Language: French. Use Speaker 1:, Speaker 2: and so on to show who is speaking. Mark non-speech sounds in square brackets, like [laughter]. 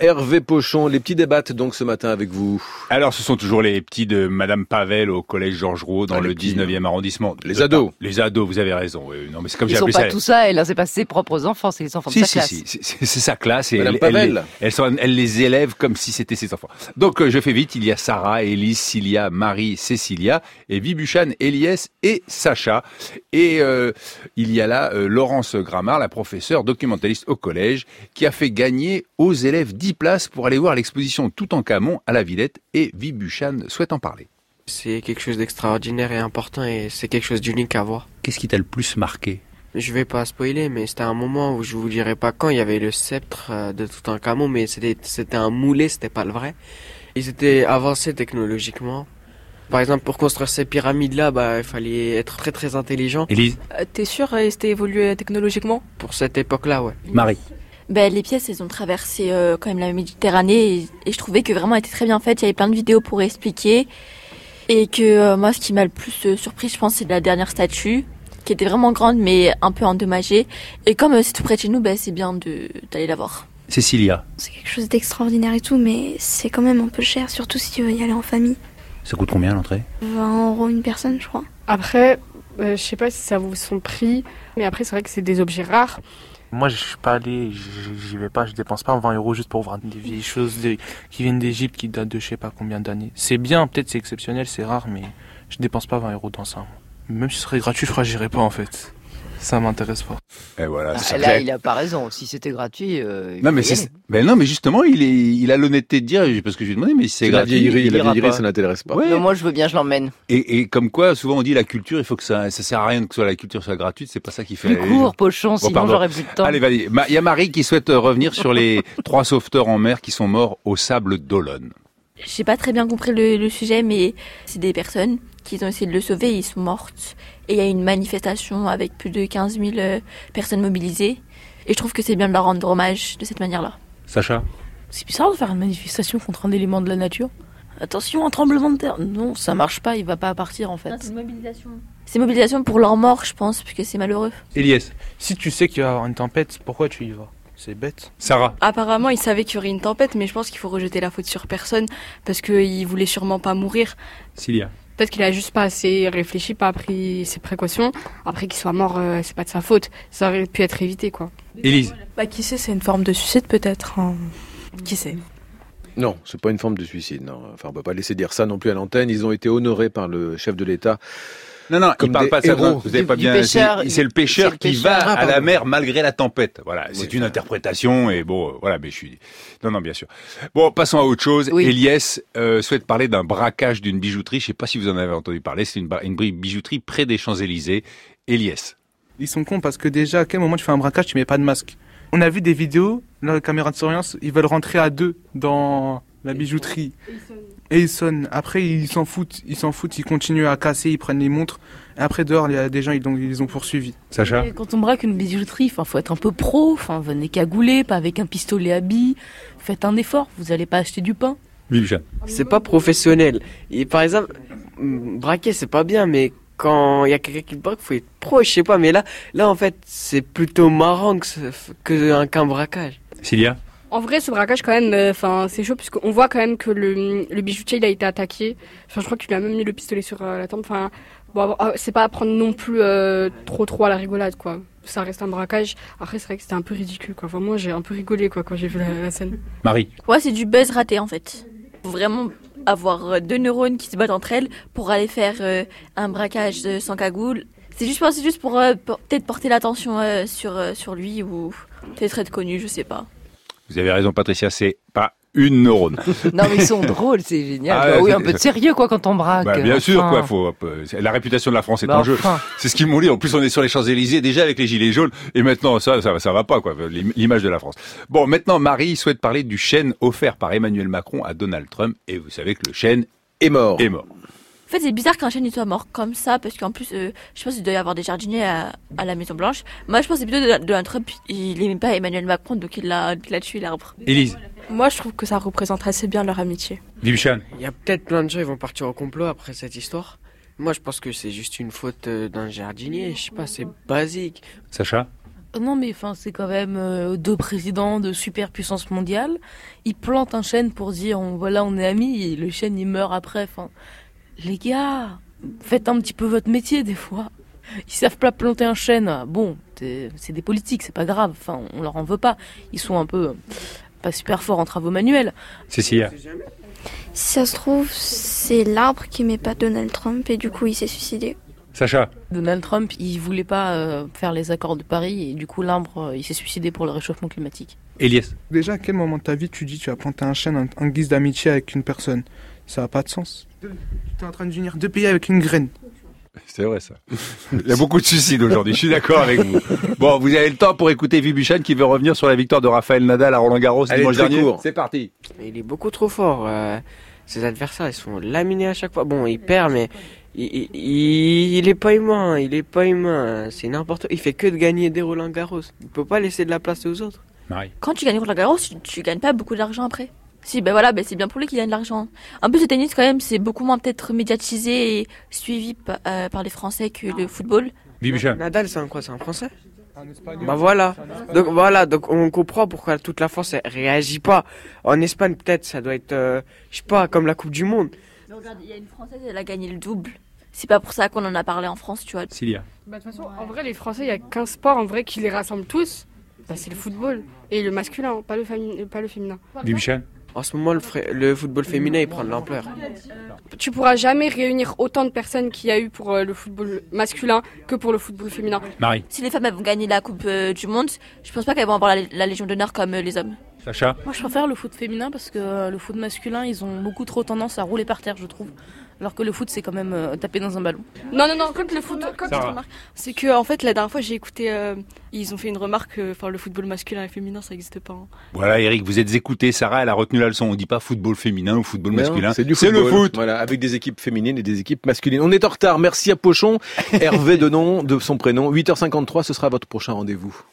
Speaker 1: Hervé Pochon, les petits débats donc ce matin avec vous.
Speaker 2: Alors, ce sont toujours les petits de Madame Pavel au collège Georges Roux dans
Speaker 1: Ah, les
Speaker 2: le
Speaker 1: petits,
Speaker 2: 19e arrondissement.
Speaker 1: Les
Speaker 2: De-
Speaker 1: ados.
Speaker 2: Les ados, vous avez raison. oui, oui. Non, mais c'est comme j'ai
Speaker 3: Ils sont
Speaker 2: appelé
Speaker 3: pas
Speaker 2: ça.
Speaker 3: tout ça, elle, hein, c'est pas ses propres enfants, c'est les enfants de
Speaker 2: Si,
Speaker 3: sa
Speaker 2: si,
Speaker 3: classe.
Speaker 2: si, c'est- c'est c'est sa classe et
Speaker 1: Madame
Speaker 2: elle, elle
Speaker 1: Pavel.
Speaker 2: les- elles sont- elle les élève comme si c'était ses enfants. Donc euh, je fais vite, il y a Sarah, Élise, Cilia, Marie, Cécilia, et Bibuchan, Eliès et Sacha. Et euh, il y a là euh, Laurence Grammar, la professeure documentaliste au collège, qui a fait gagner aux élèves 10 places pour aller voir l'exposition Tout en Camon à la Villette, et Bibuchan souhaite en parler.
Speaker 4: C'est quelque chose d'extraordinaire et important et c'est quelque chose d'unique à voir.
Speaker 5: Qu'est-ce qui t'a le plus marqué
Speaker 4: Je vais pas spoiler, mais c'était un moment où je vous dirai pas quand il y avait le sceptre euh, de Toutankhamon, mais c'était c'était un moulet, c'était pas le vrai. Ils étaient avancés technologiquement. Par exemple, pour construire ces pyramides là, bah il fallait être très très intelligent
Speaker 5: Élise
Speaker 6: Euh, T'es sûr euh, c'était évolué euh, technologiquement
Speaker 4: pour cette époque-là, ouais.
Speaker 5: Marie
Speaker 7: Ben, les pièces, elles ont traversé euh, quand même la Méditerranée et, et je trouvais que vraiment elles étaient très bien faites. Il y avait plein de vidéos pour expliquer. Et que euh, moi, ce qui m'a le plus euh, surpris, je pense, c'est la dernière statue qui était vraiment grande mais un peu endommagée. Et comme euh, c'est tout près de chez nous, ben, c'est bien de- d'aller la voir.
Speaker 5: Cécilia,
Speaker 8: C'est quelque chose d'extraordinaire et tout, mais c'est quand même un peu cher, surtout si tu veux y aller en famille.
Speaker 5: ça coûte combien l'entrée
Speaker 8: 20 euros une personne, je crois.
Speaker 9: Après, euh, je sais pas si ça vaut son prix, mais après, c'est vrai que c'est des objets rares.
Speaker 10: Moi, je suis pas allé, j- j'y vais pas, je dépense pas 20 euros juste pour voir des vieilles choses de- qui viennent d'Égypte, qui datent de je sais pas combien d'années. C'est bien, peut-être c'est exceptionnel, c'est rare, mais je dépense pas 20 euros dans ça. Même si ce serait gratuit, je crois que j'irais pas en fait. Ça m'intéresse pas.
Speaker 2: Et Eh, voilà,
Speaker 3: Ah,
Speaker 2: c'est-
Speaker 3: là, il a pas raison. Si c'était gratuit, euh, il
Speaker 2: Non mais,
Speaker 3: faut y
Speaker 2: c'est,
Speaker 3: aller.
Speaker 2: ben non mais justement il est il a l'honnêteté de dire parce que je lui ai demandé mais si c'est
Speaker 1: la
Speaker 2: gratuit,
Speaker 1: vieillerie,
Speaker 2: il
Speaker 1: la
Speaker 2: ira
Speaker 1: vieillerie,
Speaker 2: pas.
Speaker 1: ça n'intéresse pas.
Speaker 2: Ouais.
Speaker 3: Mais moi, je veux bien, je l'emmène.
Speaker 2: Et, et comme quoi, souvent on dit la culture, il faut que ça, ça sert à rien que soit la culture soit gratuite, c'est pas ça qui fait.
Speaker 3: Plus
Speaker 2: les gens.
Speaker 3: court, pochon, sinon
Speaker 2: pardon.
Speaker 3: j'aurais plus de temps.
Speaker 2: Allez, vas-y. Ma- Il y a Marie qui souhaite euh, revenir sur les [laughs] trois sauveteurs en mer qui sont morts au sable d'Olonne.
Speaker 7: J'ai pas très bien compris le, le sujet, mais c'est des personnes qui ont essayé de le sauver, ils sont mortes. Et il y a une manifestation avec plus de 15 000 euh, personnes mobilisées. Et je trouve que c'est bien de leur rendre hommage de cette manière-là.
Speaker 5: Sacha
Speaker 6: C'est bizarre de faire une manifestation contre un élément de la nature. Attention, un tremblement de terre. Non, ça marche pas, il va pas partir en fait.
Speaker 7: c'est mobilisation. C'est mobilisation pour leur mort, je pense, puisque c'est malheureux.
Speaker 5: Eliès,
Speaker 10: Si tu sais qu'il va y avoir une tempête, pourquoi tu y vas C'est bête.
Speaker 5: Sarah,
Speaker 11: Apparemment, il savait qu'il y aurait une tempête, mais je pense qu'il faut rejeter la faute sur personne parce qu'il voulait sûrement pas mourir.
Speaker 5: Cilia.
Speaker 9: Peut-être qu'il a juste pas assez réfléchi, pas pris ses précautions. Après qu'il soit mort, euh, c'est pas de sa faute. Ça aurait pu être évité, quoi.
Speaker 5: Élise,
Speaker 6: Bah, qui sait, c'est une forme de suicide peut-être. hein. Qui sait
Speaker 1: Non, c'est pas une forme de suicide. Non. Enfin, on peut pas laisser dire ça non plus à l'antenne. Ils ont été honorés par le chef de l'État.
Speaker 2: Non, non,
Speaker 1: Comme
Speaker 2: il parle
Speaker 1: des
Speaker 2: pas de ça.
Speaker 1: héros.
Speaker 2: non, Vous avez
Speaker 3: Du-
Speaker 2: pas
Speaker 3: du
Speaker 2: bien.
Speaker 3: pêcheur,
Speaker 2: c'est, c'est le pêcheur
Speaker 3: c'est le
Speaker 2: qui
Speaker 3: pêcheur.
Speaker 2: va
Speaker 3: Ah,
Speaker 2: à la
Speaker 3: pardon.
Speaker 2: mer malgré la tempête. Voilà, c'est
Speaker 1: Oui.
Speaker 2: une interprétation et bon, euh, voilà, mais je suis. Non, non, bien sûr. Bon, passons à autre chose.
Speaker 3: Oui.
Speaker 2: Eliès euh, souhaite parler d'un braquage d'une bijouterie. Je sais pas si vous en avez entendu parler. C'est une, ba- une bri- bijouterie près des Champs Élysées. Eliès.
Speaker 10: Ils sont cons parce que déjà, à quel moment tu fais un braquage, tu mets pas de masque On a vu des vidéos, là, la caméra de surveillance, ils veulent rentrer à deux dans la bijouterie. Et ils sonnent. Après, ils s'en foutent, ils s'en foutent, ils continuent à casser, ils prennent les montres. Et après, dehors, il y a des gens, ils l'ont- ils les ont poursuivis.
Speaker 5: Sacha,
Speaker 6: Et Quand on braque une bijouterie, enfin, faut être un peu pro. Enfin, venez cagoulé, pas avec un pistolet à billes. Faites un effort, vous allez pas acheter du pain.
Speaker 5: Bibuchan.
Speaker 4: C'est pas professionnel. Et par exemple, mm, braquer, c'est pas bien, mais quand il y a quelqu'un qui te braque, faut être proche, je sais pas. Mais là, là, en fait, c'est plutôt marrant que, ce- que un- qu'un braquage.
Speaker 5: Cilia,
Speaker 9: En vrai, ce braquage, quand même, euh, enfin, c'est chaud, puisqu'on voit quand même que le, le bijoutier, il a été attaqué. Enfin, je crois qu'il lui a même mis le pistolet sur euh, la tempe. Enfin, bon, ah, c'est pas à prendre non plus euh, trop trop à la rigolade, quoi. Ça reste un braquage. Après, c'est vrai que c'était un peu ridicule, quoi. Enfin, moi, j'ai un peu rigolé, quoi, quand j'ai vu la- la scène.
Speaker 5: Marie,
Speaker 7: Ouais, c'est du buzz raté en fait. Faut vraiment avoir euh, deux neurones qui se battent entre elles pour aller faire euh, un braquage euh, sans cagoule. C'est juste, je pense que c'est juste pour euh, pour- peut-être porter l'attention euh, sur, euh, sur lui ou peut-être être connu, je sais pas.
Speaker 2: Vous avez raison, Patricia, c'est pas une neurone.
Speaker 3: Non, mais ils sont drôles, c'est génial.
Speaker 2: Ah,
Speaker 3: Bah
Speaker 2: ouais,
Speaker 3: oui,
Speaker 2: c'est-
Speaker 3: un peu de sérieux, quoi, quand on braque.
Speaker 2: Bah, bien sûr,
Speaker 3: Enfin.
Speaker 2: quoi. Faut, euh, la réputation de la France est
Speaker 3: Bah,
Speaker 2: en jeu.
Speaker 3: enfin.
Speaker 2: C'est ce qu'ils m'ont dit. En plus, on est sur les Champs-Élysées, déjà avec les gilets jaunes. Et maintenant, ça, ça, va- ça va pas, quoi. l'im- L'image de la France. Bon, maintenant, Marie souhaite parler du chêne offert par Emmanuel Macron à Donald Trump. Et vous savez que le chêne
Speaker 1: Et mort.
Speaker 2: est mort.
Speaker 7: En fait, c'est bizarre qu'un chêne il soit mort comme ça parce qu'en plus, euh, je pense qu'il doit y avoir des jardiniers à, à la Maison Blanche. Moi, je pense que c'est plutôt de, de Trump. Il aimait pas Emmanuel Macron, donc il l'a il a tué l'arbre.
Speaker 5: Élise,
Speaker 11: Moi, je trouve que ça représente assez bien leur amitié.
Speaker 5: Bibuchan.
Speaker 4: Il y a peut-être plein de gens, ils vont partir au complot après cette histoire. Moi, je pense que c'est juste une faute euh, d'un jardinier. Je sais pas, c'est basique.
Speaker 5: Sacha,
Speaker 6: Non, mais enfin, c'est quand même euh, deux présidents de superpuissance mondiale. Ils plantent un chêne pour dire, on, voilà, on est amis, et le chêne, il meurt après. Enfin, les gars, Ah, faites un petit peu votre métier, des fois. Ils savent pas planter un chêne. Ah, Bon, c'est c'est des politiques, c'est pas grave. Enfin, on leur en veut pas. Ils sont un peu euh, pas super forts en travaux manuels.
Speaker 5: Cécilia.
Speaker 8: Si ça se trouve, c'est l'arbre qui met pas Donald Trump et du coup il s'est suicidé.
Speaker 5: Sacha.
Speaker 6: Donald Trump, il voulait pas euh, faire les accords de Paris et du coup l'arbre, euh, il s'est suicidé pour le réchauffement climatique.
Speaker 5: Elias.
Speaker 10: Déjà, à quel moment de ta vie tu dis tu vas planter un chêne en, en guise d'amitié avec une personne Ça n'a pas de sens. Tu es en train de unir deux pays avec une graine.
Speaker 2: C'est vrai ça. Il y a beaucoup de suicides aujourd'hui, je suis d'accord avec vous. Bon, vous avez le temps pour écouter Vibuchan qui veut revenir sur la victoire de Raphaël Nadal à Roland Garros
Speaker 4: Elle est
Speaker 2: dimanche
Speaker 4: très
Speaker 2: dernier.
Speaker 4: courte.
Speaker 2: C'est parti.
Speaker 4: Mais il est beaucoup trop fort. euh, ses adversaires, ils sont laminés à chaque fois. Bon, il perd, mais il, il, il est pas humain. hein, Il est pas humain. hein. C'est n'importe quoi. Il fait que de gagner des Roland Garros. Il peut pas laisser de la place aux autres.
Speaker 5: Marie.
Speaker 7: Quand tu gagnes Roland Garros, tu, tu gagnes pas beaucoup d'argent après. Si, ben voilà, ben c'est bien pour lui qu'il gagne de l'argent. En plus, le tennis, quand même, c'est beaucoup moins peut-être médiatisé et suivi pa- euh, par les Français que le football.
Speaker 4: Nadal, c'est un quoi C'est un Français Bah voilà. Donc voilà, donc on comprend pourquoi toute la France elle réagit pas. En Espagne, peut-être, ça doit être, euh, je sais pas, comme la Coupe du Monde.
Speaker 7: Donc, regarde, il y a une Française, elle a gagné le double. C'est pas pour ça qu'on en a parlé en France, tu vois.
Speaker 5: Cilia.
Speaker 9: Bah, de toute façon, en vrai, les Français, il y a qu'un sport en vrai qui les rassemble tous. Bah, c'est le football. Et le masculin, pas le, fami- pas le féminin.
Speaker 4: En ce moment, le, fra- le football féminin, il prend de l'ampleur.
Speaker 9: Tu pourras jamais réunir autant de personnes qu'il y a eu pour euh, le football masculin que pour le football féminin.
Speaker 5: Marie.
Speaker 7: Si les femmes elles vont gagner la Coupe euh, du Monde, je pense pas qu'elles vont avoir la, la Légion d'honneur comme euh, les hommes.
Speaker 5: Sacha.
Speaker 6: Moi, je préfère le foot féminin parce que euh, le foot masculin, ils ont beaucoup trop tendance à rouler par terre, je trouve. Alors que le foot, c'est quand même euh, taper dans un ballon.
Speaker 9: Non, non, non, quand le foot. Quand
Speaker 6: Sarah.
Speaker 9: remarque-
Speaker 11: C'est que en fait la dernière fois j'ai écouté, euh, ils ont fait une remarque, euh, enfin le football masculin et féminin ça n'existe pas. hein.
Speaker 2: Voilà, Eric, vous êtes écouté. Sarah, elle a retenu la leçon. On dit pas football féminin ou football
Speaker 1: Non,
Speaker 2: masculin.
Speaker 1: C'est du
Speaker 2: le
Speaker 1: football.
Speaker 2: foot.
Speaker 1: Voilà, avec des équipes féminines et des équipes masculines. On est
Speaker 2: [laughs]
Speaker 1: en retard. Merci à Pochon. Hervé Denon, de son prénom. 8h53, ce sera votre prochain rendez-vous.